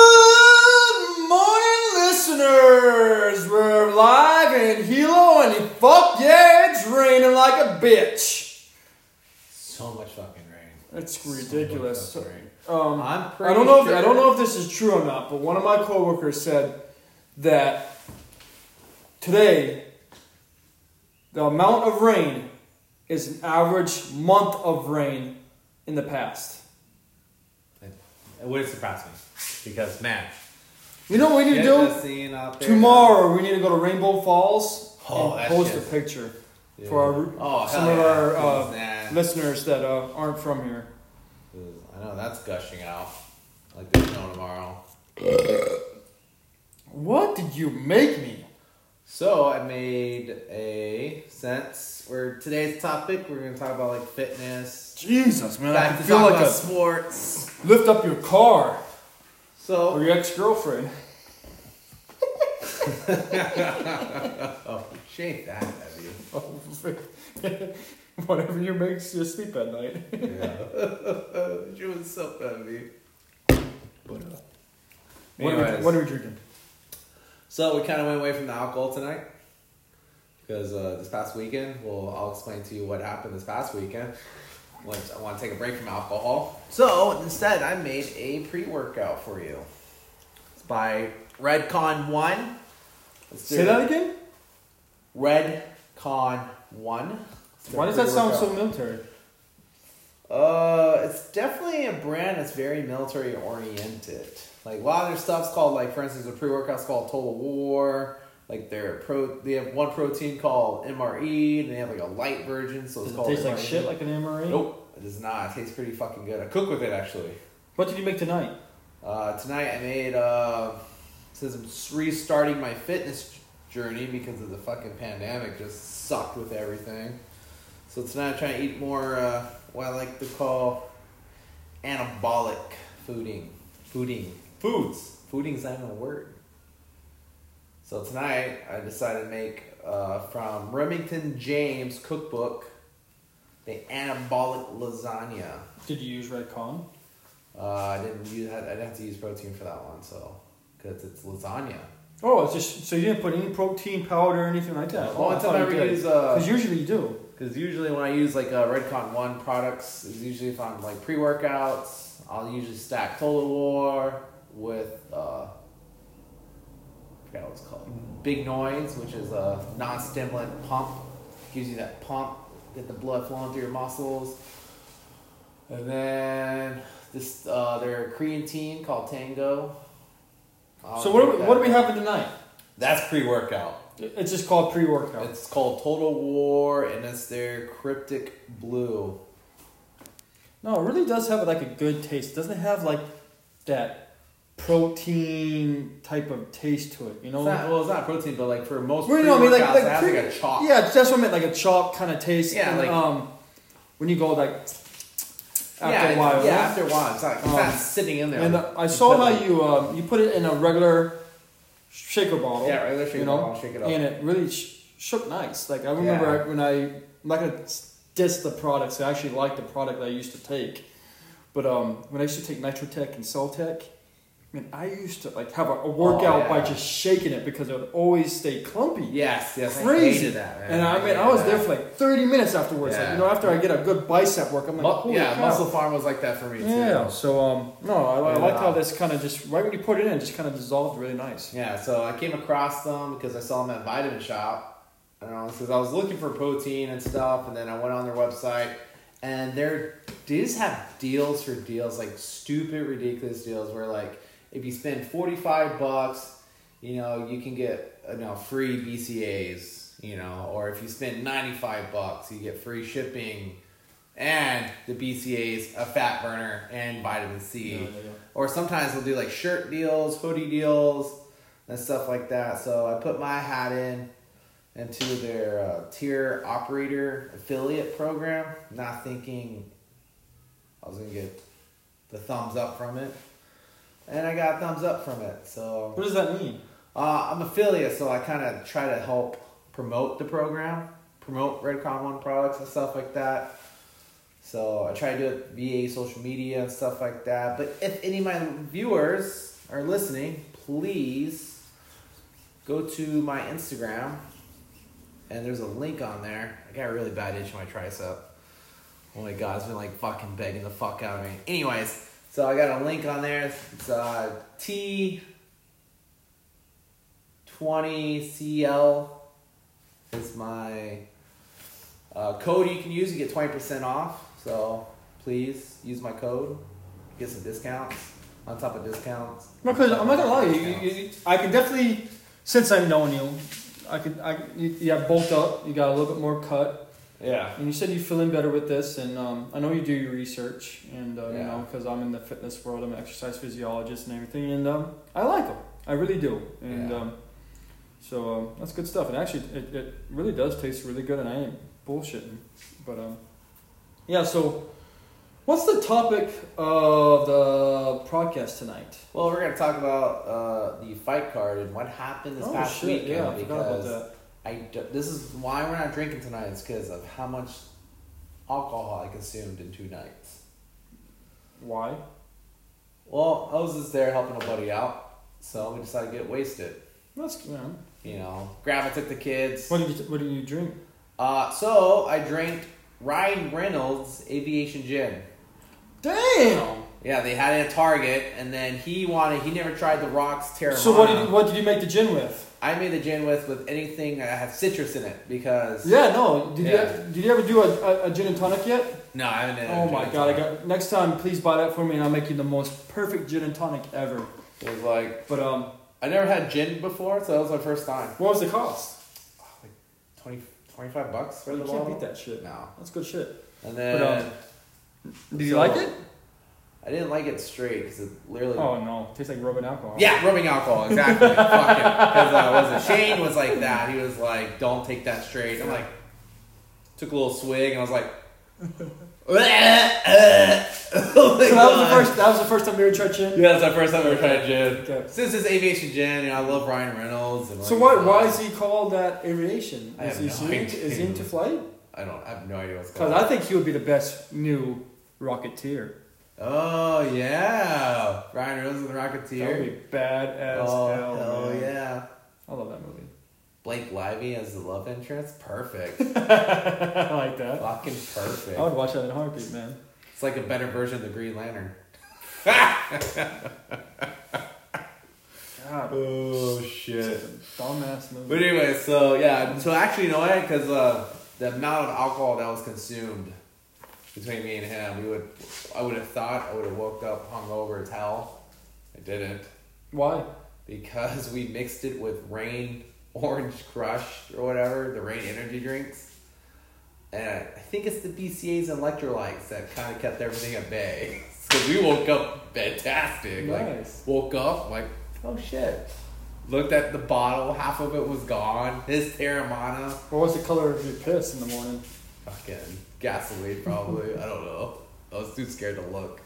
Good morning, listeners. We're live in Hilo, and fuck yeah, it's raining like a bitch. So much fucking rain. It's ridiculous. So much fucking rain. Um, I'm pretty I don't know. If, I sure- don't know if this is true or not, but one of my coworkers said that today the amount of rain is an average month of rain in the past. It wouldn't surprise me because man, You know what we need get to do? the scene out there. Tomorrow we need to go to Rainbow Falls Oh, and that post a shit. picture Yeah. for our Oh, hell some yeah. of our Cause, uh, nah, listeners that uh, aren't from here. 'cause I know that's gushing out like there's no tomorrow. What did you make me? So I made a sense where today's topic we're gonna talk about like fitness. Jesus, man! I Back can to feel talk like about a sports. lift up your car or So your ex girlfriend. oh, she ain't that heavy. Whatever you makes you sleep at night. uh, Yeah. she was so heavy. But, uh, What are, we, anyways. what are we drinking? So we kind of went away from the alcohol tonight because uh, this past weekend, well, I'll explain to you what happened this past weekend. Once I want to take a break from alcohol. So instead, I made a pre-workout for you. It's by Redcon One. Let's do Say it. that again. Redcon One. It's their Why does that sound so pre-workout. military? Uh, it's definitely a brand that's very military oriented. Like a lot of their stuff's called like, for instance, a pre workout's called Total War. Like their pro, they have one protein called MRE, and they have like a light version, so Does it's it called. taste like MRE. shit, like an MRE? Nope, it does not. It tastes pretty fucking good. I cook with it actually. What did you make tonight? Uh, tonight I made. Uh, since I'm restarting my fitness journey because of the fucking pandemic, just sucked with everything. So tonight I'm trying to eat more. Uh, what I like to call anabolic fooding, fooding, foods. Fooding's not even a word. So tonight I decided to make uh, from Remington James cookbook the anabolic lasagna. Did you use Red Con? Uh, I didn't use. I didn't have to use protein for that one, so because it's lasagna. Oh, it's just so you didn't put any protein powder or anything like that. Oh, The only time I ever use because uh, usually you do. because usually when I use like uh, Redcon One products is usually if I'm like pre workouts, I'll usually stack Total War with uh, I forgot what it's called, Big Noise, which is a non stimulant pump, gives you that pump, get the blood flowing through your muscles, and then this uh, their creatine called Tango. I'll so what are drink we, that. what are we having tonight? That's pre workout. It's just called pre-workout. It's called Total War, and it's their cryptic blue. No, it really does have like a good taste. It doesn't have like that protein type of taste to it. You know. It's not, well, it's not protein, but like for most Well, pre you know, I mean, like- workouts, like it has like pre- a chalk. Yeah, that's what I meant, like a chalk kind of taste. Yeah, and, like- um, when you go like after yeah, a while. yeah, after a while, it's not, it's not Um, sitting in there. And uh, I saw how you um, you put it in a regular shaker bottle. yeah, regular shake you it know, up. I'll shake it up. and it really sh- shook nice. Like I remember Yeah. when I, I'm not gonna diss the products. I actually like the product that I used to take, but um, when I used to take Nitrotech and Soltech, man, I used to like have a, a workout by Oh, yeah. just shaking it because it would always stay clumpy. yes, yes, I Crazy. hated that. Man. And I mean, hated I was that. there for like 30 minutes afterwards. Like, Yeah. you know, after I get a good bicep work, I'm like, Mu- Holy yeah, cow. Muscle Farm was like that for me too. Yeah. So um, no, I, I Yeah. like how this kind of just right when you put it in, it just kind of dissolved really nice. Yeah, so I came across them because I saw them at Vitamin Shop. Because I was looking for protein and stuff, and then I went on their website, and they're, they just have deals for deals, like stupid, ridiculous deals, where like if you spend forty five bucks, you know you can get you know free BCAs, you know, or if you spend ninety five bucks, you get free shipping, and the BCAs, a fat burner, and vitamin C Yeah, yeah, yeah. or sometimes we'll do like shirt deals, hoodie deals, and stuff like that. So I put my hat in into their uh, tier operator affiliate program, not thinking I was gonna get the thumbs up from it, and I got thumbs up from it. So What does that mean? uh, I'm affiliate, so I kind of try to help promote the program, promote Redcon One products and stuff like that. So I try to do it via social media and stuff like that. But if any of my viewers are listening, please go to my Instagram and there's a link on there. I got a really bad itch in my tricep. Oh my god, it's been like fucking begging the fuck out of me. Anyways, so I got a link on there. It's uh, T twenty CL is my uh, code you can use. You get twenty percent off. So please use my code. Get some discounts on top of discounts. I'm not gonna, I'm not gonna lie. You, you, you, I can definitely, since I've known you, I could. I you, you have bulked up. You got a little bit more cut, Yeah. and you said you feel in better with this. And um, I know you do your research, and uh, you Yeah. know because I'm in the fitness world, I'm an exercise physiologist and everything, and um, I like them. I really do, and Yeah. um, so um, that's good stuff. And actually, it, it really does taste really good, and I ain't bullshitting. But um, yeah. So, what's the topic of the podcast tonight? Well, we're gonna talk about uh, the fight card and what happened this past weekend Oh, yeah, I forgot about because that. I d- this is why we're not drinking tonight. It's because of how much alcohol I consumed in two nights. Why? Well, I was just there helping a buddy out, so we decided to get wasted. That's yeah. You know, grandma took the kids. What did you What did you drink? Uh, so I drank Ryan Reynolds Aviation Gin. Damn. Yeah, they had it at Target, and then he wanted. He never tried the Rocks Terramana. So what did you, What did you make the gin with? I made the gin with with anything that had citrus in it because Yeah, no. Did Yeah. you Did you ever do a, a, a gin and tonic yet? no, I haven't. had a oh gin my in god! I time. got next time. Please buy that for me, and I'll make you the most perfect gin and tonic ever. It was like But um, I never had gin before, so that was my first time. what was the cost? 20, 25 bucks for You the can't bottle. beat that shit. No, That's good shit. and then But, um, Did you So- like it? I didn't like it straight because it literally. Oh no! Tastes like rubbing alcohol. Yeah, rubbing alcohol, exactly. Fuck it. 'Cause, uh, was it Shane was like that. He was like, don't take that straight. I'm like, took a little swig and I was like, oh my So that was the God. first. That was the first time you were tried gin. Yeah, that's the first time I ever tried gin. Okay. Since it's aviation gin, you know, I love Ryan Reynolds. And So like, uh, what? Why is he called that aviation? I Is have he no soon- idea. is he into flight? I don't. I have no idea what's Because going on. I think he would be the best new Rocketeer. Oh yeah, Ryan Reynolds and the That would Rocketeer. be bad as Oh hell. hell man. yeah. I love that movie. Blake Lively as the love interest. Perfect. I like that. Fucking I perfect. would watch that in a heartbeat, man. It's like a better version of the Green Lantern. God, Oh shit. dumbass movie. But anyway, so yeah, so actually, you know what? Because uh, the amount of alcohol that was consumed between me and him, we would, I would have thought I would have woke up hungover as hell. I didn't Why? because we mixed it with rain orange crush or whatever the rain energy drinks. And I think it's the BCA's and electrolytes that kind of kept everything at bay. Because we woke up fantastic. Nice. Like, woke up, like, oh shit. Looked at the bottle, half of it was gone. His Terramana, What was the color of your piss in the morning? fucking gasoline, probably. I don't know. I was too scared to look.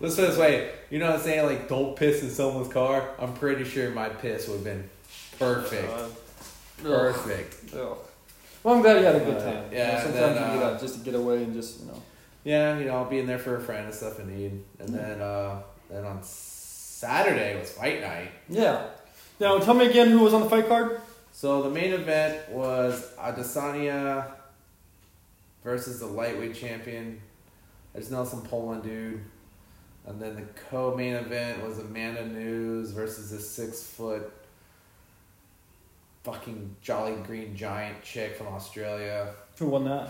Let's put it this way. You know what I'm saying? Like, don't piss in someone's car. I'm pretty sure my piss would have been perfect. Uh, ugh, Perfect. ugh. Well, I'm glad you had a good Uh, time. You know, yeah, sometimes then, you do uh, that just to get away and just you know. Yeah, you know, being there for a friend and stuff in need. And then, uh, then on Saturday was fight night. Yeah. Now tell me again who was on the fight card. So the main event was Adesanya versus the lightweight champion. There's Nelson Poland dude. And then the co-main event was Amanda News versus the six foot fucking jolly green giant chick from Australia. Who won that?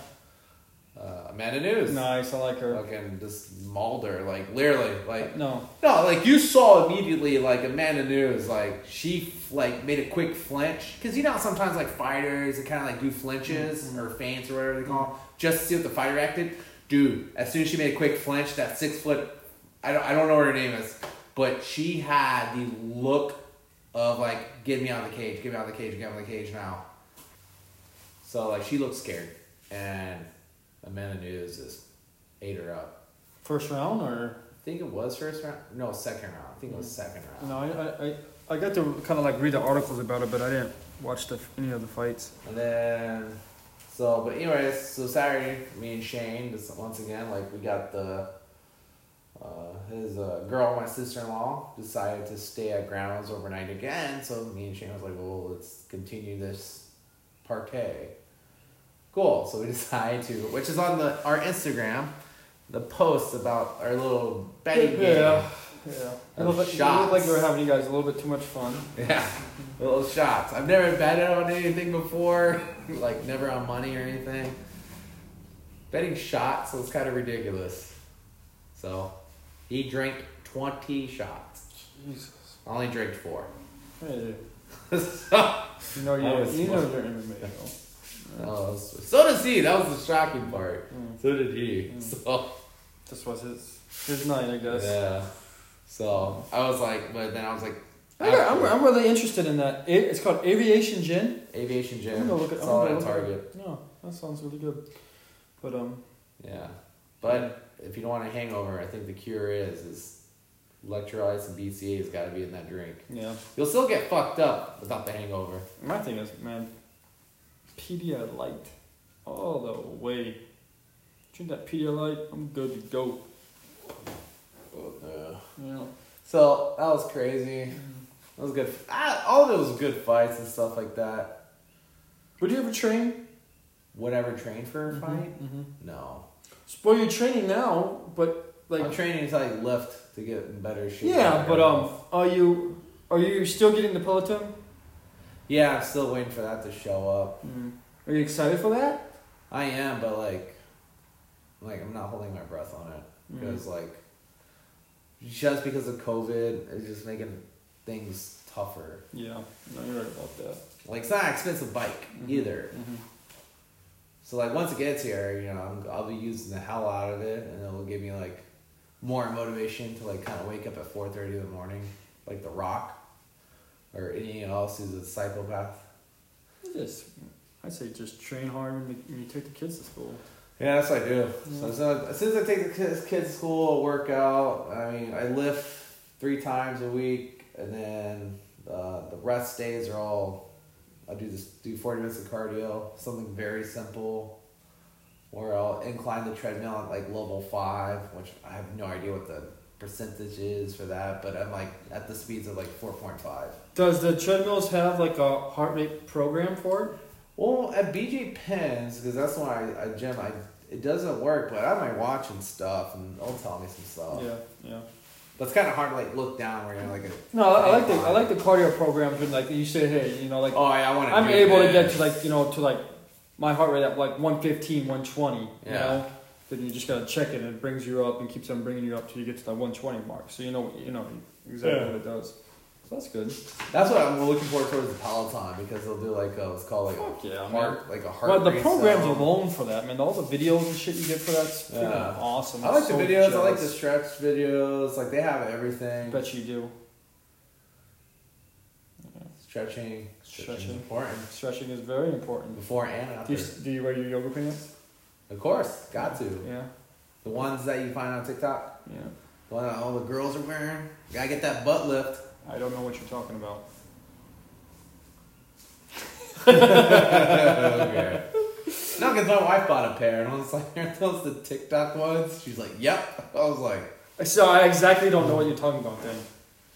Uh, Amanda News. Nice. I like her. Fucking just mauled her, like literally, like No. no, like you saw immediately, like Amanda Nunes, like she like made a quick flinch because you know how sometimes like fighters they kind of like do flinches or feints or whatever they call 'em, just to see what the fighter acted. Dude, as soon as she made a quick flinch, that six foot, I don't, I don't know what her name is, but she had the look of like get me out of the cage, get me out of the cage, get me out of the cage now. So like she looked scared, and Amanda Nunes just ate her up. First round or I think it was first round. No, second round. I think it was second round. no? I I I, I got to kind of like read the articles about it, but I didn't watch the, any of the fights. And then So, but anyways, so Saturday, me and Shane, just once again, like we got the uh, his uh, girl, my sister in law, decided to stay at grandma's overnight again. So me and Shane was like, well, let's continue this parquet. Cool. So we decided to, which is on the our Instagram, the post about our little betting game. Yeah. Yeah. It looked, like, it looked like we were Shots. having you guys a little bit too much fun. Yeah, little shots. I've never betted on anything before, like never on money or anything. Betting shots was kind of ridiculous. So, he drank 20 shots. Jesus. I only drank four. Hey, so, you know I you're, was you know smart. you're MMA. though. oh, so does he. That was the shocking part. Mm. So did he. Mm. So, This was his his night, I guess. yeah. So, I was like, but then I was like, I got- I'm, I'm really interested in that. It, it's called Aviation Gin. aviation I'm gym. gonna look at- it's I'm all gonna at look at- Target. No, that sounds really good. But um, Yeah, but if you don't want a hangover, I think the cure is is electrolytes and BCA has got to be in that drink. yeah. You'll still get fucked up without the hangover. My thing is, man, Pedialyte all the way. Drink that Pedialyte, I'm good to go. Yeah. So that was crazy. Mm-hmm. That was good. Ah, all of it was good fights and stuff like that. Would you ever train? Whatever train for a fight? Mm-hmm. No, Well, you're training now, but like, I'm training until I lift to get in better shape. yeah, but um, are you are you still getting the Peloton? yeah, I'm still waiting for that to show up. Mm. Are you excited for that? I am, but like, like I'm not holding my breath on it. because Mm. like just because of COVID, it's just making things tougher. Yeah, no, you're right about that. Like it's not an expensive bike either. Mm-hmm. So like once it gets here, you know, I'm, I'll be using the hell out of it, and it'll give me like more motivation to like kind of wake up at four thirty in the morning, like The Rock, or anyone else who's a psychopath. Just, I say just train hard when you- when you take the kids to school. Yeah, that's what I do. So it's not- as soon as I take the kids, kids to school, work out, I mean, I lift three times a week, and then uh, the rest days are all I do this do forty minutes of cardio, something very simple, or I'll incline the treadmill at like level five, which I have no idea what the percentage is for that, but I'm like at the speeds of like four point five. Does the treadmills have like a heart rate program for it? Well, at BJ Penn's, because that's when I, I gym, I, it doesn't work, but I might watch and stuff, and they'll tell me some stuff. Yeah, yeah. But it's kind of hard to like look down where you're like, a, No, I, I like the I like the cardio programs when like you say, hey, you know, like oh, yeah, I want to. I'm able to get to like you know to like my heart rate at like 115, 120. You Yeah. know, then you just gotta check it, and it brings you up and keeps on bringing you up till you get to that 120 mark. So you know you know exactly Yeah. what it does. So that's good. That's what I'm looking forward towards the Peloton because they'll do like a, it's called like Fuck yeah, a man. heart, like a heart. Well, the rate programs sound. alone for that, man, all the videos and shit you get for that's freaking Yeah. awesome. I I'm like the so videos. I like the jealous. stretch videos. Like they have everything. Bet you do. Stretching, stretching is Stretching. important Stretching is very important. before and after. Do you, do you wear your yoga pants? of course, got to Yeah. the ones that you find on TikTok. Yeah. The one that all the girls are wearing. Gotta get that butt lift. I don't know what you're talking about. okay. No, because my wife bought a pair, and I was like, "Aren't those the TikTok ones?" She's like, "Yep." I was like, So I exactly don't know what you're talking about then.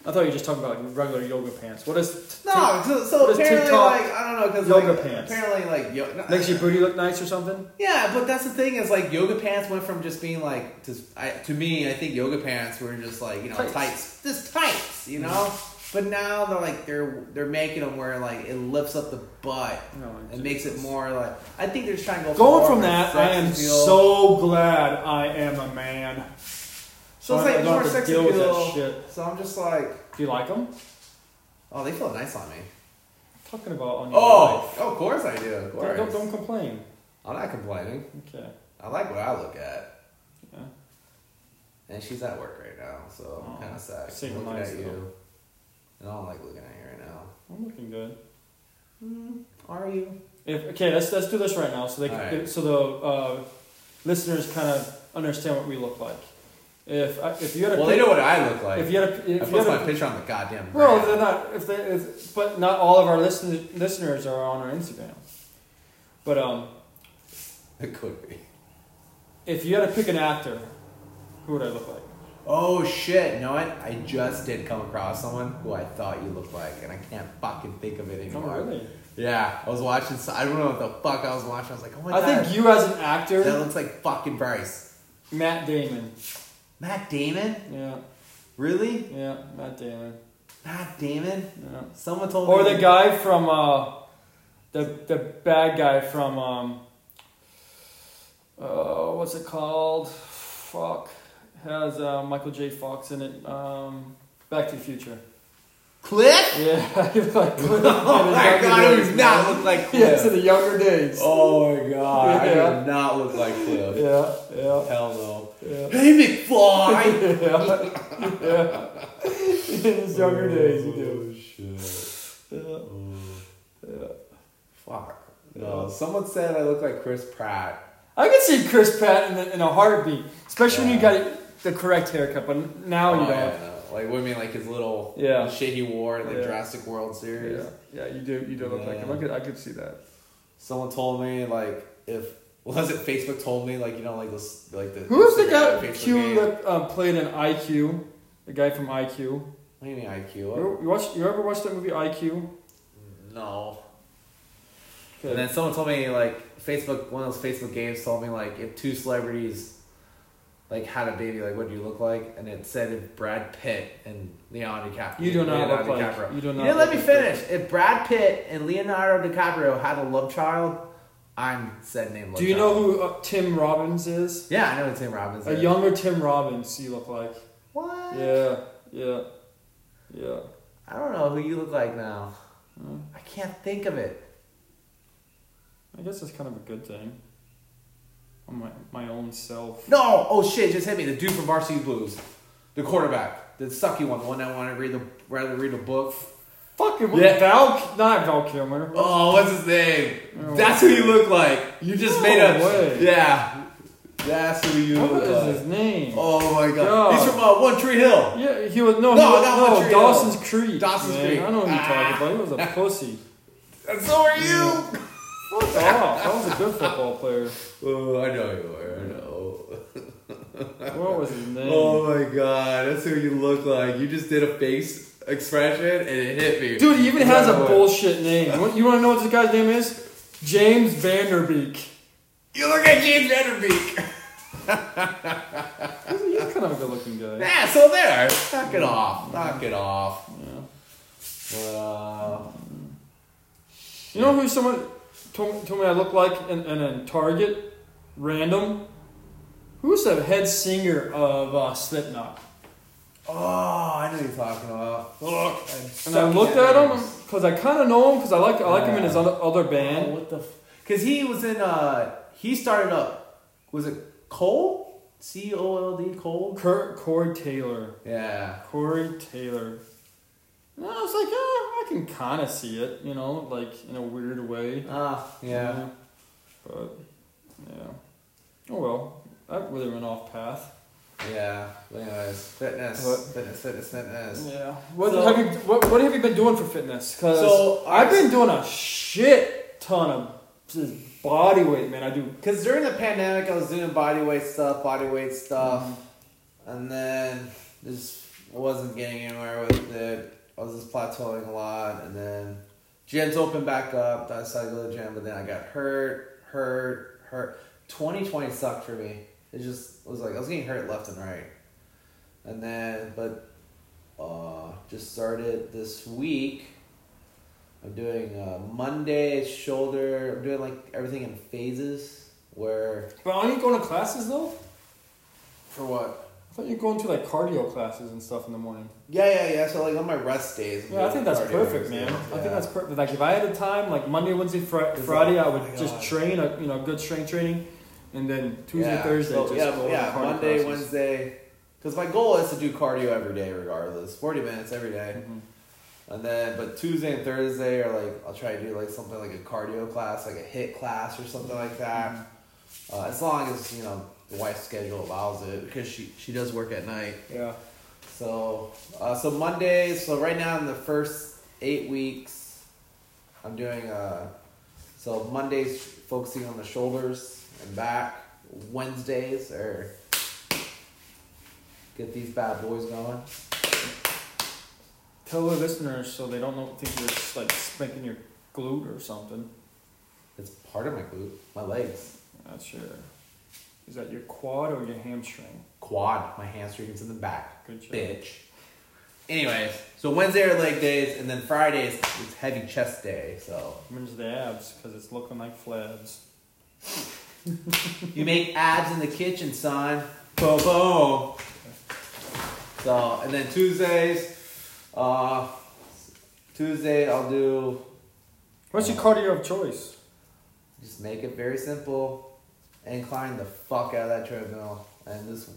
I thought you were just talking about like, regular yoga pants. What is "No." So, so Those apparently, TikTok like, I don't know, because yoga like, pants. apparently, like, yo- no, makes your booty look nice or something? yeah. But that's the thing is, like, yoga pants went from just being like, to, I, to me, I think yoga pants were just like, you know, Tights. tights, Mm-hmm. just tights, you know. But now they're like they're they're making them where like it lifts up the butt. No. It makes it more like I think they're just trying to go Going for from more that, I sex am appeal. so glad I am a man. So it's I- I like don't more have to sex deal with that appeal. shit. So I'm just like, Do you like them? oh, they feel nice on me. Talking about on your Oh, of course I do. Of life. Don't, course. don't, don't complain. I'm not complaining. Okay. I like what I look at. Yeah. And she's at work right now, so Oh, I'm kind of sad. same I'm looking lines, at though. you. And I don't like looking at you right now. I'm looking good. Mm-hmm. Are you? If okay, let's let's do this right now, so they, All can right. so the uh, listeners kind of understand what we look like. If I- if you had a Well, they pic- know what I look like. if you had a, I if you post had my a, picture on the goddamn. well, ground. they're not if they if, but not all of our listen, listeners are on our Instagram. But um, It could be. If you had to pick an actor, who would I look like? Oh shit! You know what? I just did come across someone who I thought you looked like, and I can't fucking think of it Oh, anymore. really? Yeah, I was watching. so- I don't know what the fuck I was watching. I was like, oh my I god, think you as an that actor, looks like fucking Bryce. Matt Damon. Matt Damon? Yeah, Really? yeah, Matt Damon. Matt Damon? Yeah. Someone told Or me. the guy from uh, the the bad guy from um, uh, what's it called? Fuck, has uh, Michael J. Fox in it. Um, Back to the Future. Cliff? Yeah, he looked like Cliff Oh in his my younger god, he days, does not man. look like Cliff. Yes, in the younger days. Oh my god, I Yeah. do not look like Cliff. Yeah, yeah, Hell no. yeah. Hey McFly! yeah, yeah. In his younger days, you do. do. Oh, Shit. Yeah. Oh. Yeah. Fuck. No, someone said I look like Chris Pratt. I can see Chris Pratt in, the, in a heartbeat, especially when you Yeah. got the correct haircut. But now you don't. yeah, no. Like what I mean, like his little Yeah. the shit he wore in the Yeah. Jurassic World series. Yeah, yeah, you do. You do look like him. I Yeah. could, I could see that. Someone told me like if was it Facebook told me like you know like this like the Who is the Instagram, guy Facebook Q game. that um, played in IQ? The guy from IQ. You, What do you mean IQ? you watch? You ever watched that movie IQ? No. Okay. And then someone told me like Facebook one of those Facebook games told me like if two celebrities like had a baby like what do you look like and it said if Brad Pitt and Leonardo DiCaprio you do not Leonardo look like. DiCaprio. You do You not. didn't let look me like- finish. If Brad Pitt and Leonardo DiCaprio had a love child, I'm said name. Love Do you know child. who uh, Tim Robbins is? Yeah, I know who Tim Robbins. A is. younger Tim Robbins. You look like. What? Yeah, yeah, yeah. I don't know who you look like now. Hmm. I can't think of it. I guess that's kind of a good thing. On my my own self. No. Oh shit! Just hit me. The dude from Varsity Blues, the quarterback, the sucky one, the one that wanted to read the rather read a book. Fucking Yeah. Val, not Val Kilmer. Oh, what's his name? No. That's who you look like. You just Oh. No made up. way. Yeah. That's who you What look is like. his name? Oh my god. God. He's from uh, One Tree Hill. Yeah, he was no, No, he was, not no, Montreal. Dawson's Creek. Dawson's man. Creek. I know what you're talking about. He was a Ah. pussy. And so are you. Fuck off. That was a good football player. Oh, I know you are. I know. What was his name? Oh my god, that's who you look like. You just did a face expression and it hit me. Dude, he even has a Right away. bullshit name. You want, you want to know what this guy's name is? James Vanderbeek. You look like James Vanderbeek. He's, he's kind of a good-looking guy. yeah, so there. Knock it off. Knock it off. But, uh, You know who someone told, told me I look like in, in, in Target? Random. Who's the head singer of uh, Slipknot? oh, I know what you're talking about. Look. And I looked at him because I kind of know him because I like I like him in Yeah. his other, other Man, band. what the? Because he was in. uh He started up. Was it Cole? C O L D Cole. Kurt Corey Taylor. Yeah. Corey Taylor. And I was like, oh, I can kind of see it, you know, like in a weird way. Ah, yeah. But, yeah. Oh well, that really went off path. Yeah. But anyways, fitness, What? fitness, fitness, fitness. Yeah. What So- have you what, what have you been doing for fitness? Cause So, I've I- been doing a shit ton of just body weight, man. I do. Because during the pandemic, I was doing body weight stuff, body weight stuff, and then just wasn't getting anywhere with it. I was just plateauing a lot, and then gyms opened back up. I decided to go to the gym, but then I got hurt, hurt, hurt. 2020 sucked for me. It just was like I was getting hurt left and right, and then but uh, just started this week. I'm doing uh, Monday shoulder. I'm doing like everything in phases. Where But aren't you going to classes though? for what? I thought you were going to like cardio classes and stuff in the morning. Yeah, yeah, yeah. So like on my rest days. I'm Yeah, I doing think that's cardio perfect, man. exercises. I think Yeah. that's perfect. Like if I had a time, like Monday, Wednesday, Fri It's Friday, like, I oh would my just God. train, a, you know, good strength training, and then Tuesday, Yeah, Thursday, so, just yeah, go yeah, to cardio Monday, classes. Wednesday. Because my goal is to do cardio every day, regardless, forty minutes every day. Mhm. And then, but Tuesday and Thursday are like I'll try to do like something like a cardio class, like a hit class or something like that. Mm-hmm. Uh, as long as you know the wife's schedule allows it, because she she does work at night. Yeah. So, uh, so Monday. So right now in the first eight weeks, I'm doing uh, so Mondays focusing on the shoulders, and back Wednesdays or get these bad boys going. Tell the listeners so they don't know, think you're just like spanking your glute or something. It's part of my glute, my legs, That's your. Is that your quad or your hamstring? quad, my hamstrings in the back. Good job. Bitch. Anyways, so Wednesday are leg days, and then Fridays is heavy chest day. So Where's the abs? Because it's looking like flabs. you make abs in the kitchen, son. Boom, boom. So, and then Tuesdays, uh, Tuesday I'll do What's your cardio of choice? Just make it very simple. Incline the fuck out of that treadmill. And this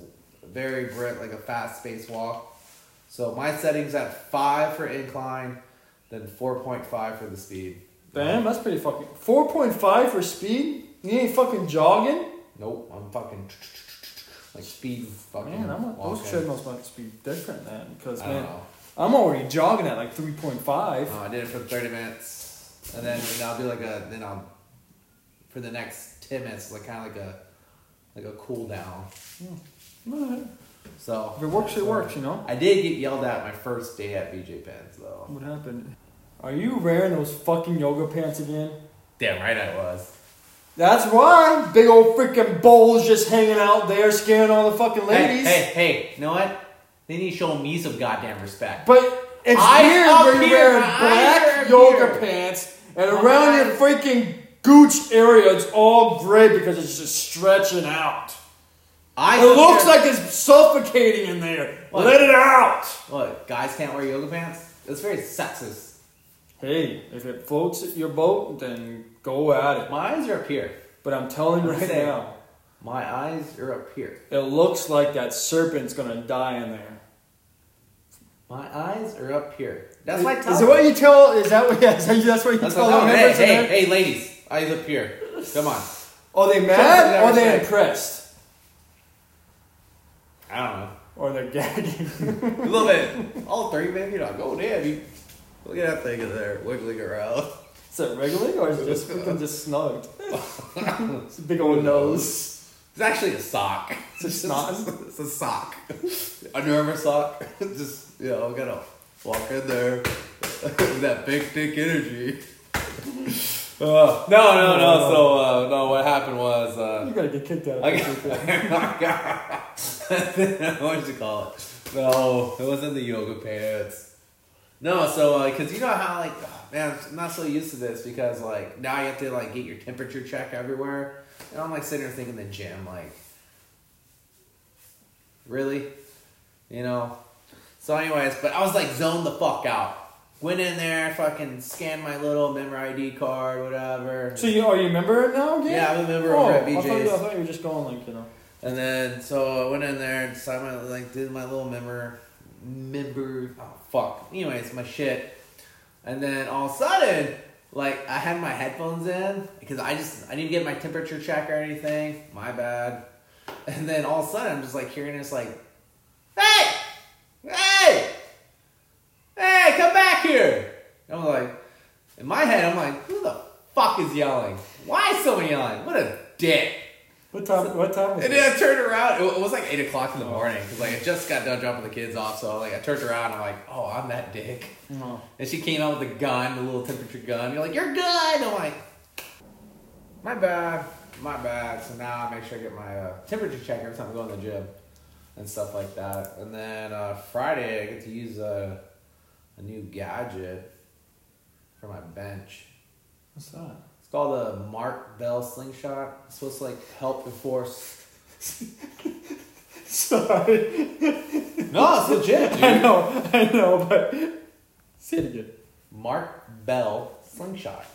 very brick, like a fast space walk. So my setting's at 5 for incline, then 4.5 for the speed. Damn, that's pretty fucking. 4.5 for speed? You ain't fucking jogging? Nope, I'm fucking like speed fucking. Man, I'm a, walking. Uh. those treadmills must be different, man. Because, I don't man, know. I'm already jogging at like 3.5. Oh, I did it for 30 minutes. And then and I'll do like a, then I'll, for the next 10 minutes, like kind of like a, like a cool down. Alright. So. If it works, it works, you know? I did get yelled at my first day at BJ Penn's though. What happened? Are you wearing those fucking yoga pants again? Damn right I was. That's why! Big old freaking bowls just hanging out there, scaring all the fucking ladies. Hey, hey, hey, you know what? They need to show me some goddamn respect. But it's Eyes weird up when you're here, wearing eyes black up yoga here. pants and Oh my around your God. freaking gooch area it's all gray because it's just stretching out. I It looks like it's suffocating in there. What? Let it out. Look, guys can't wear yoga pants. It's very sexist. Hey, if it floats your boat, then go at it. My eyes are up here. But I'm telling you I'm right saying. now, My eyes are up here. it looks like that serpent's gonna die in there. My eyes are up here. That's Is- my top. Is it what you tell? Is that what? Yeah, is that- that's what you That's my tell top. the Hey, members in hey, there? hey, ladies. Eyes up here. Come on. Are they Tell mad? them Or are that they respect. impressed? I don't know. Or they're gagging? A little bit. All three, maybe. Like, oh, damn. You... Look at that thing in there wiggling around. Is it wriggling or is it just freaking just snugged? it's a big old nose. It's actually a sock. It's a snot? It's a sock. Under Armour sock. Just you know, I'm gonna walk in there with that big dick energy. Uh, no, no, no. So uh, no, what happened was You uh, gotta get kicked out of I this. got what did you call it? No, it wasn't the yoga pants. No, so uh 'cause cause you know how like oh, man, I'm not so used to this because like now you have to like get your temperature check everywhere, and I'm like sitting here thinking the gym like really? You know? So, anyways, but I was like zoned the fuck out. Went in there, fucking scanned my little member ID card, whatever. So you are you a member now again? Yeah, I'm a member oh, over at I thought, you- I BJ's. thought you were just going like you know. And then, so I went in there and signed my, like, did my little member, member, oh, fuck. Anyways, my shit. And then all of a sudden, like, I had my headphones in because I just, I didn't get my temperature check or anything. My bad. And then all of a sudden, I'm just like hearing this, like, hey, hey, hey, come back here. And I'm like, in my head, I'm like, who the fuck is yelling? Why is someone yelling? What a dick. What time? What time was And it? then I turned around. It wa- it was like eight o'clock in the morning because like I just got done dropping the kids off. So like I turned around. and I'm like, oh, I'm that dick. No. And she came out with a gun, a little temperature gun. You're like, you're good. I'm like, my bad, my bad. So now I make sure I get my uh, temperature check every time I go in the gym and stuff like that. And then uh, Friday I get to use a, a new gadget for my bench. What's that? It's called a Mark Bell slingshot. It's supposed to like help enforce Sorry. No, it's legit, I know. I know. But say it again. Mark Bell Slingshot.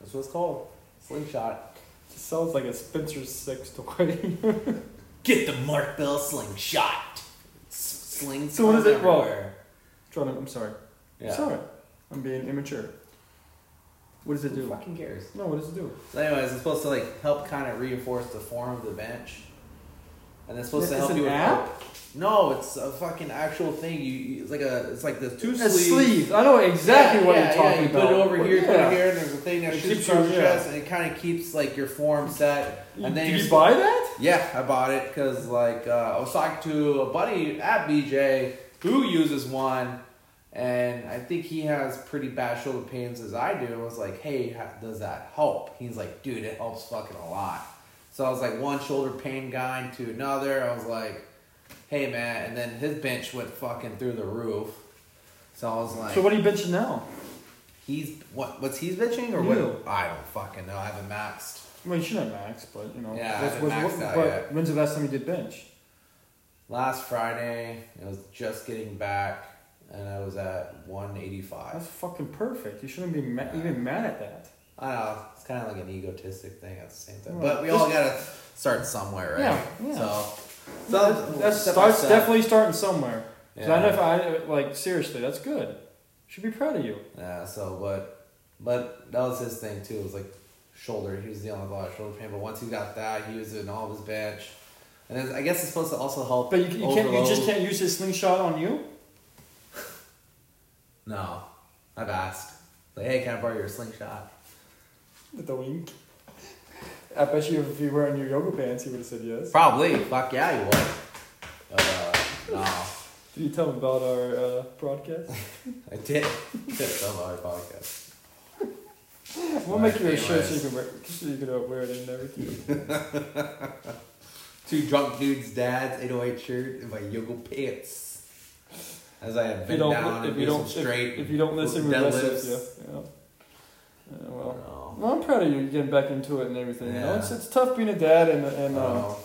That's what it's called. Slingshot. It sounds like a Spencer Six toy. Get the Mark Bell Slingshot. S- Sling. So what is it, Rob? everywhere. Trying to, I'm sorry. Yeah. Sorry. I'm being immature. What does it Who do? fucking cares? No. What does it do? So anyways, it's supposed to like help kind of reinforce the form of the bench. and it's supposed to It's help an you with app? No, it's a fucking actual thing. You, you it's like a it's like the two A sleeves. sleeve. I know exactly Yeah, what yeah, you're talking yeah. You about. Put it over here, put Yeah. it here, and there's a thing that It shoots keeps through your you- chest, and it kind of keeps like your form set. And then Did you're you buy that? Yeah, I bought it because like uh, I was talking to a buddy at BJ who uses one, and I think he has pretty bad shoulder pains as I do. I was like, "Hey, ha- does that help?" He's like, "Dude, it helps fucking a lot." So I was like one shoulder pain guy to another. I was like, "Hey, man," and then his bench went fucking through the roof. So I was like, So what are you benching now? "He's what? What's he's bitching or You. what?" I don't fucking know. I haven't maxed. Well, you should have max, but you know. Yeah, I that's- haven't was- maxed out but yet. when's the last time you did bench? Last Friday, I was just getting back, and I was at That's 185. fucking perfect. You shouldn't be ma- Yeah. even mad at that. I know it's kind of like an egotistic thing at the same time, Well, but we all gotta start somewhere, right? Yeah, yeah. So, No, so that's, that's step by starts step. definitely starting somewhere. 'Cause I Yeah. know if I like seriously, that's good. Should be proud of you. Yeah. So, but but that was his thing too. It was like shoulder. He was dealing with a lot of shoulder pain, but once he got that, he was doing all of his bench, and then I guess it's supposed to also help. But you, you can't. You overload. just can't use his slingshot on you. No, I've asked. Like, hey, can I borrow your slingshot? With the wink. I bet you if you were in your yoga pants, he would have said yes. Probably. Fuck yeah, you would. Uh, no. Did you tell him about our uh, broadcast? I did. That's on our podcast. We'll make you a Anyways. shirt so you can wear, so you can uh, wear it and everything. Two drunk dudes' dads, 808 shirt, and my yoga pants. As I have If you been don't, down if and you do don't, some if, straight. if you don't listen, we deadlifts. mess with you. Yeah. Yeah, I don't well, know. well, I'm proud of you getting back into it and everything. You know, Yeah. Oh. it's, it's tough being a dad and and I don't um, know.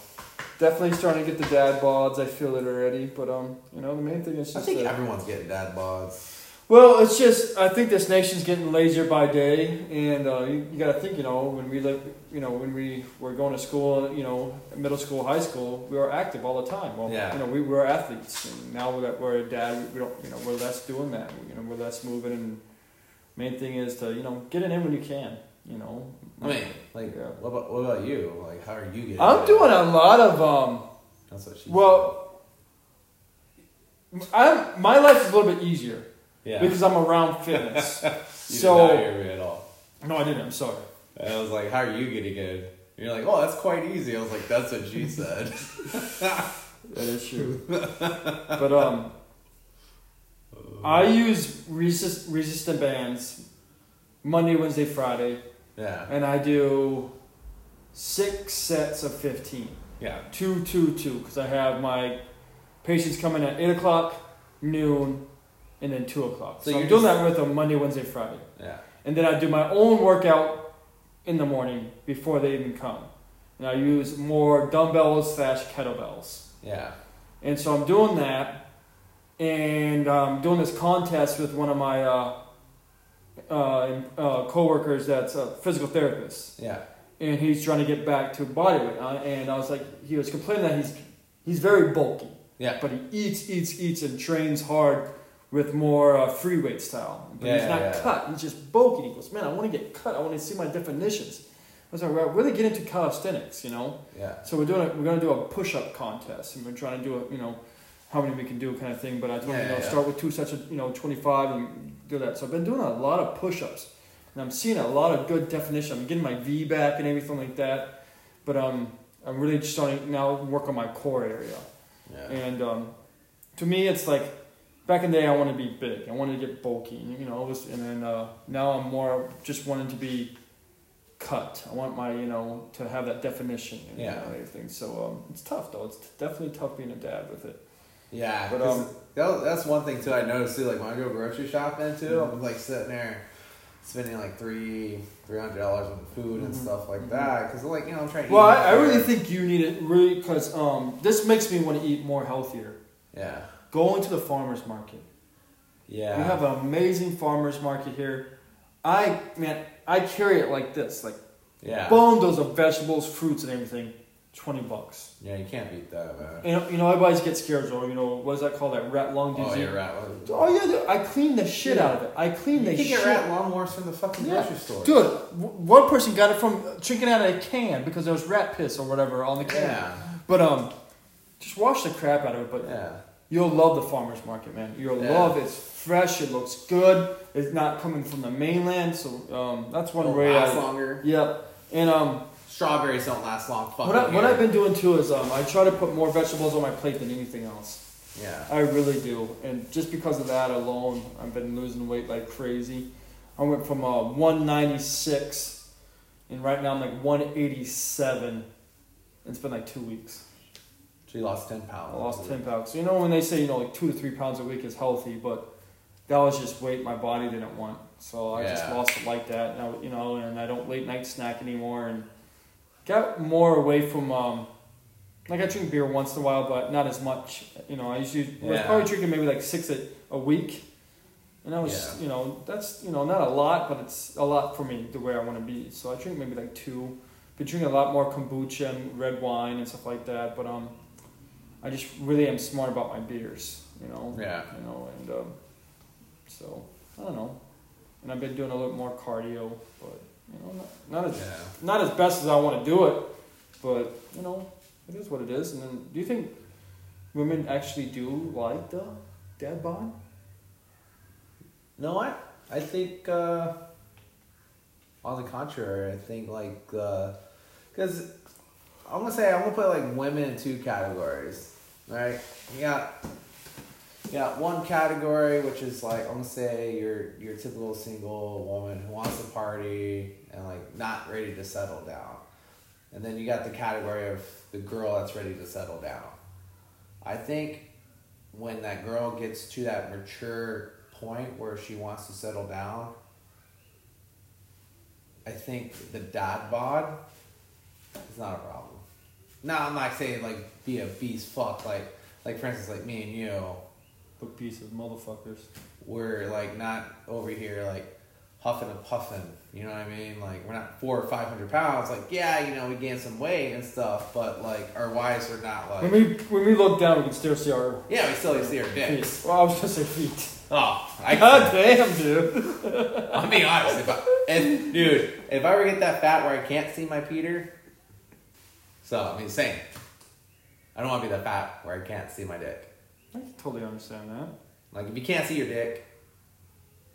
definitely starting to get the dad bods. I feel it already, but um, you know, the main thing is I just think that- everyone's getting dad bods. Well, it's just I think this nation's getting lazier by day, and uh, you, you got to think, you know, when we live, you know, when we were going to school, you know, middle school, high school, we were active all the time. Well, Yeah. you know, we were athletes, and now that we're a dad, we don't, you know, we're less doing that. You know, we're less moving, and main thing is to you know get it in when you can. You know, I mean, like, Yeah. what, about, what about you? Like, how are you getting I'm it? doing a lot of um. That's what she Well, I'm, my life is a little bit easier said. yeah. because I'm around fitness. you so- did not hear me at all. no, I didn't. I'm sorry. And I was like, how are you getting it? And you're like, oh, that's quite easy. I was like, that's what she said. That is true. but um, I use resist, resistant bands Monday, Wednesday, Friday, yeah. and I do six sets of 15. Yeah. Two, two, two, because I have my patients coming at 8 o'clock, noon, and then 2 o'clock. So So, I'm you're doing just- that with them Monday, Wednesday, Friday. Yeah. And then I do my own workout in the morning before they even come. And I use more dumbbells slash kettlebells. Yeah. And so I'm doing that, and I'm doing this contest with one of my uh, uh, uh, coworkers that's a physical therapist, Yeah. and he's trying to get back to body weight. Uh, and I was like, he was complaining that he's he's very bulky, Yeah. but he eats, eats, eats, and trains hard with more uh, free weight style. But Yeah, he's not yeah. cut. He's just bulky. He goes, man, I want to get cut. I want to see my definitions. I was like, well, really get into calisthenics, you know. Yeah. So we're doing a, we're gonna do a push up contest, and we're trying to do a you know how many we can do kind of thing. But I told Yeah, you know yeah. start with two sets of you know twenty five and do that. So I've been doing a lot of push ups, and I'm seeing a lot of good definition. I'm getting my V back and everything like that. But um, I'm really just starting to now work on my core area, Yeah. and um, to me it's like back in the day I wanted to be big, I wanted to get bulky, and you know, it was, and then uh, now I'm more just wanting to be cut. I want my you know to have that definition and you Yeah. know, everything. So um, it's tough though. It's definitely tough being a dad with it. Yeah, But, but um, that's one thing too. I noticed too. Like when I go grocery shopping too, Mm-hmm. I'm like sitting there spending like three three hundred dollars on food and Mhm. stuff like Mhm. that. Because like you know, I'm trying. to Well, eat I, I really healthier. think you need it really because um, this makes me want to eat more healthier. Yeah. Going to the farmers market. Yeah. We have an amazing farmers market here. I man, I carry it like this, like yeah. bone those of vegetables, fruits, and everything. Twenty bucks. yeah. You can't beat that, man. You know, you know, everybody's gets scared, or you know, what is that called? That rat lung disease. Oh, you're right. Oh, yeah, dude, I clean the shit out of it. I clean You the can shit. get rat lawnmowers from the fucking Yeah. grocery store. Dude, w- one person got it from drinking out of a can because there was rat piss or whatever on the can. Yeah. But um, Just wash the crap out of it, but Yeah. You'll love the farmer's market, man. You'll Yeah. love it. It's fresh. It looks good. It's not coming from the mainland, so um, that's one Don't way. last I, longer. yep. And um, Strawberries don't last long. Fucking what, I, what here. I've been doing too is um, I try to put more vegetables on my plate than anything else. Yeah. I really do, and just because of that alone, I've been losing weight like crazy. I went from uh, 196, and right now I'm like 187. It's been like two weeks. So you lost ten pounds. I lost 10 pounds. So, you know, when they say, you know, like two to three pounds a week is healthy, but that was just weight my body didn't want. So I just Yeah. lost it like that. And I, you know, and I don't late night snack anymore and got more away from, um, like I drink beer once in a while, but not as much. You know, I usually I was Yeah. probably drinking maybe like six a, a week. And I was, Yeah. you know, that's, you know, not a lot, but it's a lot for me the way I want to be. So I drink maybe like two. Been drinking a lot more kombucha and red wine and stuff like that. But um, I just really am smart about my beers, you know. Yeah. You know, and um, so I don't know. And I've been doing a little more cardio, but you know, not, not as Yeah. not as best as I want to do it, but you know, it is what it is. And then, do you think women actually do like the dad bod? No, I I think uh, on the contrary, I think like because I'm gonna say I'm gonna put like women in two categories, right? You got you got one category which is like I'm gonna say your your typical single woman who wants to party and like not ready to settle down, and then you got the category of the girl that's ready to settle down. I think when that girl gets to that mature point where she wants to settle down, I think the dad bod is not a problem. No, I'm not saying like be a beast fuck like like for instance like me and you, But piece of motherfuckers. we're like not over here like huffing and puffing. You know what I mean? Like we're not four or five hundred pounds. Like yeah, you know we gained some weight and stuff, but like our wives are When not like we when we look down, we can still see our yeah we still see our dicks. feet. Well, I was gonna say feet. Oh, I God damn, dude. I'm being honest. If I, if, dude, if I ever get that fat where I can't see my Peter, so I mean, same. I don't want to be that fat where I can't see my dick. I can totally understand that. Like, if you can't see your dick,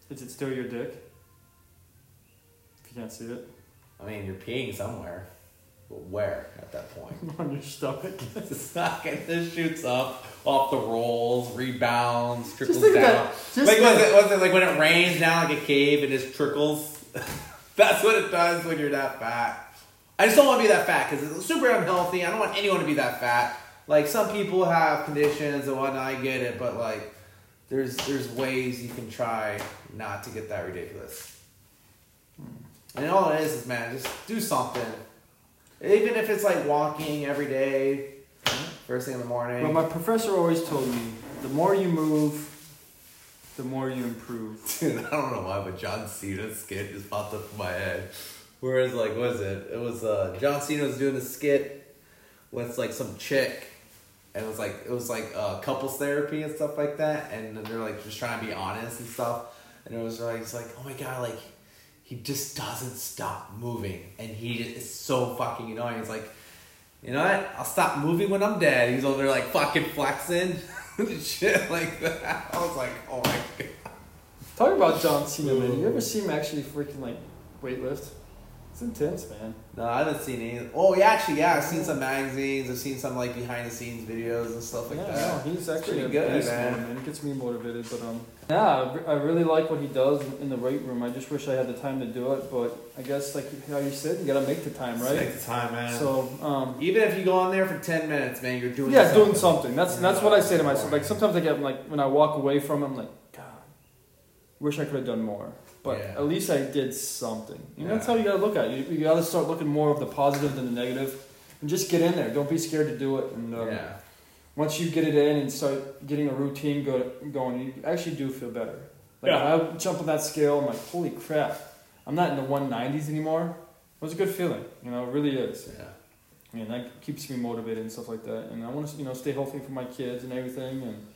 Is it still your dick? If you can't see it I mean, you're peeing somewhere. But where at that point? on your stomach. it's not getting this shoots up off the rolls, rebounds, trickles think down. of that- just like, was think- it, was it like when it rains down like a cave and just trickles? That's what it does when you're that fat. I just don't want to be that fat because it's super unhealthy. I don't want anyone to be that fat. Like some people have conditions and whatnot. I get it, but like, there's there's ways you can try not to get that ridiculous. And all it is is man, just do something. Even if it's like walking every day, first thing in the morning. But my professor always told me, the more you move, the more you improve. Dude, I don't know why, but John Cena's skit just popped up in my head. Whereas, like, what was it? It was uh, John Cena was doing a skit with like some chick, and it was like it was like uh, couples therapy and stuff like that. And then they're like just trying to be honest and stuff. And it was like it's like oh my god, like he just doesn't stop moving, and he just is so fucking annoying. It's like you know what? I'll stop moving when I'm dead. He's over there like fucking flexing, shit like that. I was like, oh my god. Talk about John Cena, man. You ever see him actually freaking like weightlift? It's intense, man. No, I haven't seen any. Oh, yeah, actually, yeah, I've seen some magazines. I've seen some like behind the scenes videos and stuff like yeah, that. no, he's actually a pretty good, good man. man. man. It gets me motivated, but um, yeah, I re- I really like what he does in the weight room. I just wish I had the time to do it, but I guess like how you said, you gotta make the time, right? Take the time, man. So, So um, even if you go on there for ten minutes, man, you're doing yeah, something. doing something. That's Yeah. that's what I say to myself. Like sometimes I get like when I walk away from it, I'm like, God, wish I could have done more. But Yeah. at least I did something. You know, that's Yeah. how you gotta look at it. You, you gotta start looking more of the positive than the negative, and just get in there. Don't be scared to do it. And uh, Yeah, once you get it in and start getting a routine go, going, you actually do feel better. Like Yeah. when I jump on that scale, I'm like, holy crap, I'm not in the 190s anymore. It was a good feeling. You know, it really is yeah, and that keeps me motivated and stuff like that. And I want to, you know, stay healthy for my kids and everything. And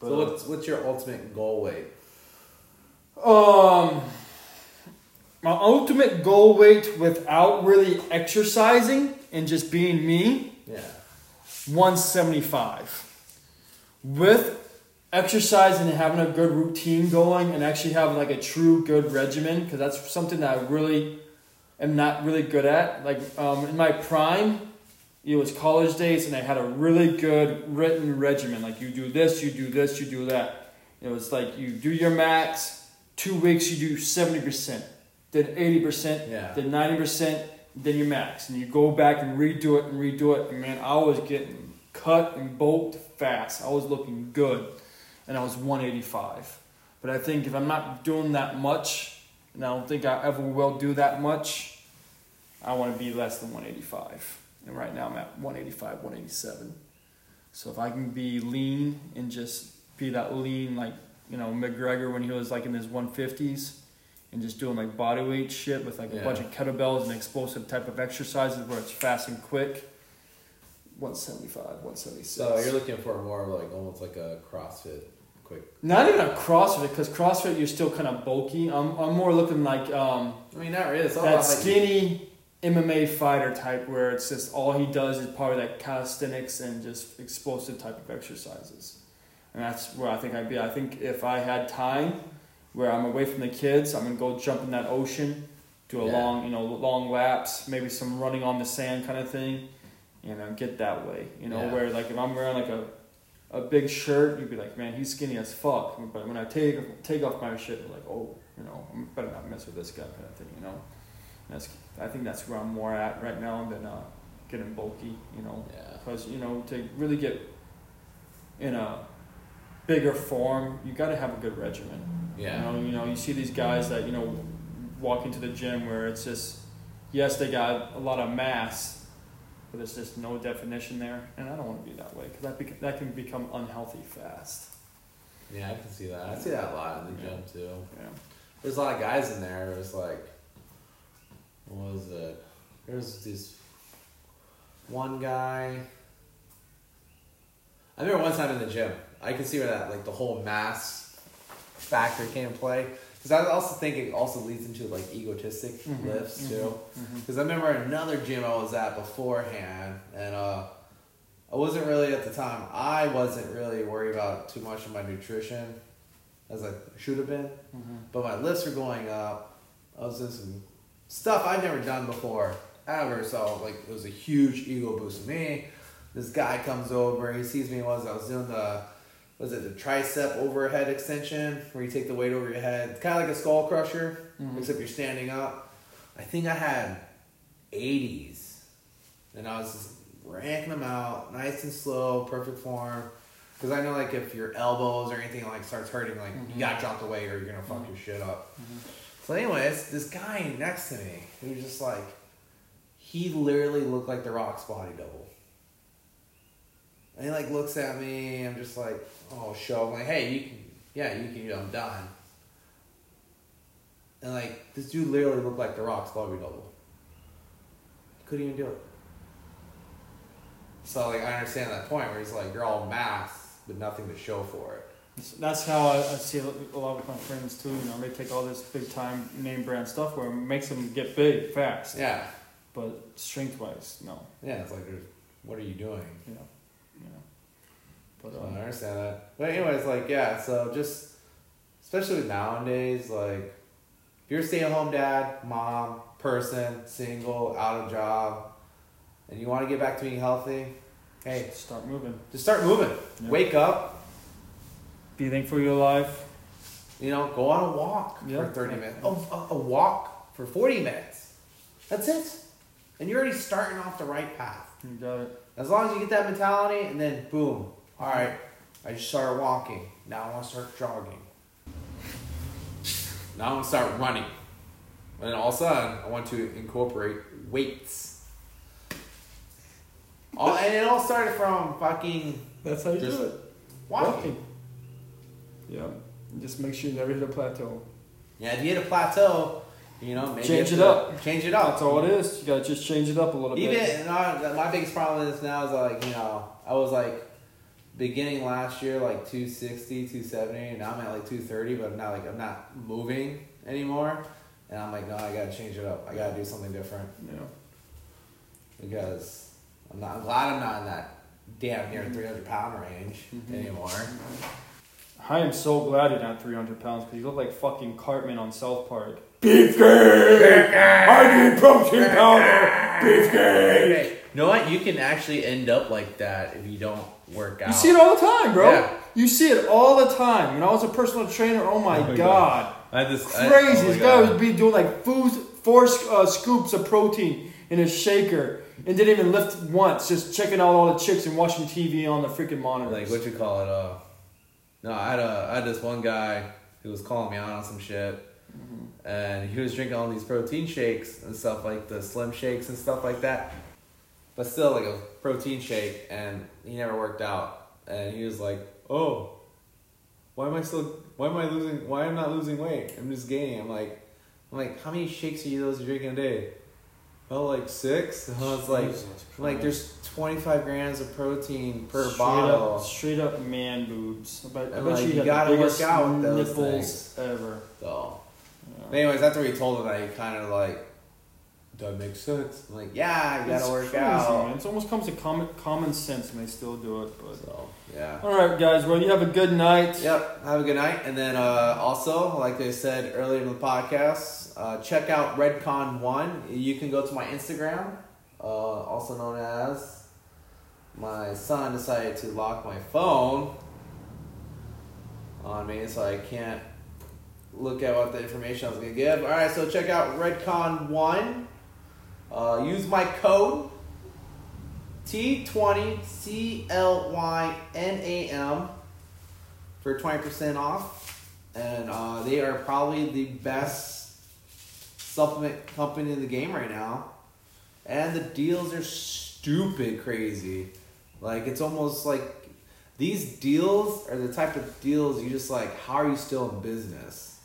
but uh, so what's what's your ultimate goal weight? um, my ultimate goal weight without really exercising and just being me Yeah, 175. With exercise and having a good routine going and actually having like a true good regimen, because that's something that I really am not really good at. Like um, in my prime, it was college days and I had a really good written regimen. Like you do this, you do this, you do that. It was like you do your max, two weeks you do 70%, then 80%, Yeah. then 90%, then your max. And you go back and redo it and redo it. And man, I was getting cut and bolt fast. I was looking good. And I was 185. But I think if I'm not doing that much, and I don't think I ever will do that much, I want to be less than 185. And right now I'm at 185, 187. So if I can be lean and just be that lean, like, you know, McGregor when he was like in his 150s and just doing like body weight shit with like a Yeah. bunch of kettlebells and explosive type of exercises where it's fast and quick. 175, 176. So you're looking for more of like almost like a CrossFit quick. Not even a CrossFit, because CrossFit you're still kind of bulky. I'm, I'm more looking like um, I mean, not really. It's all that about like skinny MMA fighter type where it's just all he does is probably like calisthenics and just explosive type of exercises. And that's where I think I'd be. I think if I had time where I'm away from the kids, I'm gonna go jump in that ocean, do a Yeah. long, you know, long laps, maybe some running on the sand kind of thing, you know, get that way. You know, Yeah. where like if I'm wearing like a a big shirt, you'd be like, man, he's skinny as fuck. But when I take take off my shit, I'm like, oh, you know, I better not mess with this guy kind of thing, you know. That's I think that's where I'm more at right now than uh, getting bulky, you know, yeah. because you know to really get in a bigger form, you got to have a good regimen. Yeah. You know, you know, you see these guys that you know walk into the gym where it's just yes, they got a lot of mass, but there's just no definition there, and I don't want to be that way because that bec- that can become unhealthy fast. Yeah, I can see that. I see that a lot in the gym too. You know? There's a lot of guys in there. It was like, what was it? There's this one guy. I remember one time in the gym. I can see where that like the whole mass factor came in play because I also think it also leads into like egotistic Mhm, lifts too. mhm. Because I remember another gym I was at beforehand, and uh, I wasn't really at the time. I wasn't really worried about too much of my nutrition as I should have been, Mhm. but my lifts were going up. I was doing some stuff I'd never done before ever, so like it was a huge ego boost for me. This guy comes over, he sees me once I was doing the was it the tricep overhead extension where you take the weight over your head, kind of like a skull crusher, Mhm. except you're standing up. I think I had 80s, and I was just ranking them out, nice and slow, perfect form. Because I know like if your elbows or anything like starts hurting, like Mhm. you gotta drop the weight or you're gonna fuck your shit up. Mm-hmm. So, anyways, this guy next to me, who was just like, he literally looked like the Rock's body double. And he like looks at me. I'm just like, oh, show. I'm like, hey, you can, yeah, you can. I'm done. And like this dude literally looked like the Rock's body double. Couldn't even do it. So like I understand that point where he's like, you're all mass, but nothing to show for it. So That's how I, I see a lot with my friends too. You know, they take all this big time name brand stuff where it makes them get big fast, Yeah, but strength wise, no. yeah. It's like, there's- what are you doing? You know, you know. But So um, I understand that. But anyways, like yeah, so just especially nowadays, like if you're a stay at home dad, mom, person, single, out of job, and you want to get back to being healthy, hey, start moving. just start moving. Yeah. Wake up, Be thankful you're alive. you know, go on a walk Yeah. for thirty minutes. Oh, a, a walk for forty minutes. That's it. And you're already starting off the right path. You got it. As long as you get that mentality, and then boom, all right, I just started walking. Now I want to start jogging. Now I want to start running. And then all of a sudden, I want to incorporate weights. All, and it all started from fucking That's how you Just do it. walking. Yeah. Just make sure you never hit a plateau. Yeah, if you hit a plateau, you know, maybe Change you it have to up. Change it up. That's all it is. You gotta just change it up a little Even bit. and I, my biggest problem is now is like you know I was like beginning last year like 260 270 and now I'm at like 230 but I'm not like I'm not moving anymore and I'm like no I gotta change it up I gotta do something different Yeah. because I'm not I'm glad I'm not in that damn Mm-hmm. near 300 pound range Mhm. anymore. I am so glad you're not 300 pounds because you look like fucking Cartman on South Park. Beefcake! I need protein powder! Beefcake! You know what? You can actually end up like that if you don't work out. You see it all the time, bro. Yeah. You see it all the time. When I was a personal trainer, oh my, Oh my god. I had this I- Crazy. oh my this guy God. would be doing like food, four sc- uh, scoops of protein in a shaker and didn't even lift once, just checking out all the chicks and watching TV on the freaking monitor. like what you call it uh no i had a i had this one guy who was calling me out on some shit and he was drinking all these protein shakes and stuff like the slim shakes and stuff like that but still like a protein shake and he never worked out and he was like oh why am i still why am i losing why am i not losing weight i'm just gaining i'm like i'm like how many shakes are you those drinking a day oh like six and i was like I'm Like there's 25 grams of protein per straight bottle. Up, straight up man boobs. I bet, I bet And, like, you, you got gotta the work biggest out with those nipples ever. So, Yeah. but anyways, after we told him that, he kind of like, that makes sense. I'm like, yeah, I gotta It's work crazy, out. man. It almost comes to common common sense, and they still do it. But So, yeah. all right, guys. Well, you have a good night. Yep. Have a good night. And then uh, also, like they said earlier in the podcast, uh, check out Redcon One. You can go to my Instagram, uh, also known as. My son decided to lock my phone on me, so I can't look at what the information I was gonna give. All right, so check out Redcon One. Uh, use my code T20CLYNAM for 20% off. And uh, they are probably the best supplement company in the game right now. And the deals are stupid crazy. Like, it's almost like these deals are the type of deals you just like, how are you still in business?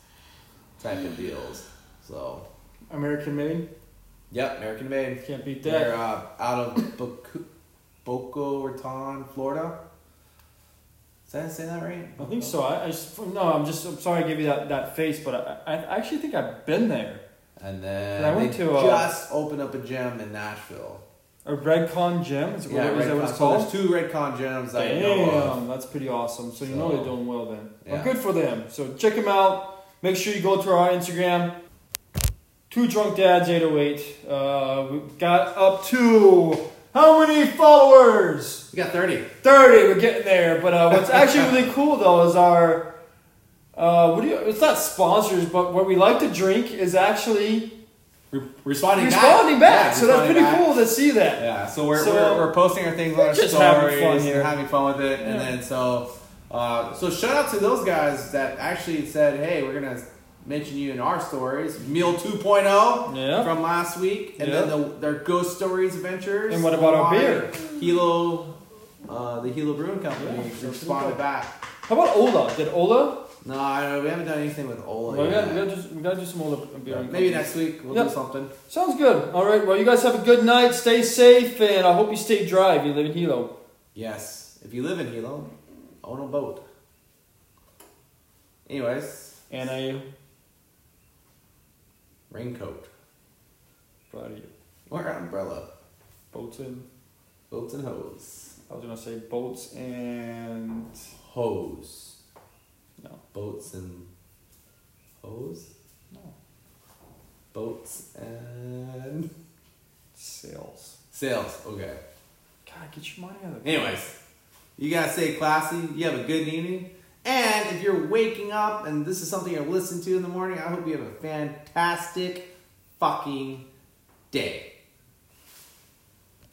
Type of deals. So, American made. yep, American made. Can't beat They're that. uh, out of Boca, Boca Raton, Florida. Did I say that right? I think so. I, I just, no, I'm just. I'm sorry I gave you that, that face, but I, I actually think I've been there. And then And I went they to, uh, just opened up a gym in Nashville. A Redcon gym. Is, yeah, Red is that what it's Con- called? so There's two Redcon gyms I know of. Damn, that's pretty awesome. So you know So- they're doing well then. Well, Yeah. good for them. So check them out. Make sure you go to our Instagram. Two drunk dads eight oh eight. Uh, we got up to how many followers? We got thirty. Thirty. We're getting there. But uh, what's actually really cool though is our. Uh, what do you, it's not sponsors, but what we like to drink is actually Re- responding, responding back. Yeah, so that's responding pretty back. cool to see that. Yeah, so we're, So- we're, we're posting our things on our Just stories, having fun here. and having fun with it, and Yeah. then so uh, so shout out to those guys that actually said, hey, we're gonna mention you in our stories. Meal oh. 2.0 Yeah. from last week, and Yeah. then the, their ghost stories adventures. And what about our Hawaii, beer? Hilo, uh, the Hilo Brewing Company Yeah. responded back. How about Ola? Did Ola? No, I don't, we haven't done anything with Ola. Well, we, yet. gotta, we, gotta do, we gotta do some Ola beer. and Maybe cookies. next week we'll Yep. do something. Sounds good. All right. Well, you guys have a good night. Stay safe, and I hope you stay dry if you live in Hilo. Yes, if you live in Hilo, own a boat. Anyways, And I raincoat proud of you. or umbrella, Boats and boats and hose, I was gonna say boats and hose, no, boats and hose, no boats and sails. sails. Okay. God, get your money out of the Anyways, you guys stay classy. You have a good evening. And if you're waking up and this is something you're listening to in the morning, I hope you have a fantastic fucking day.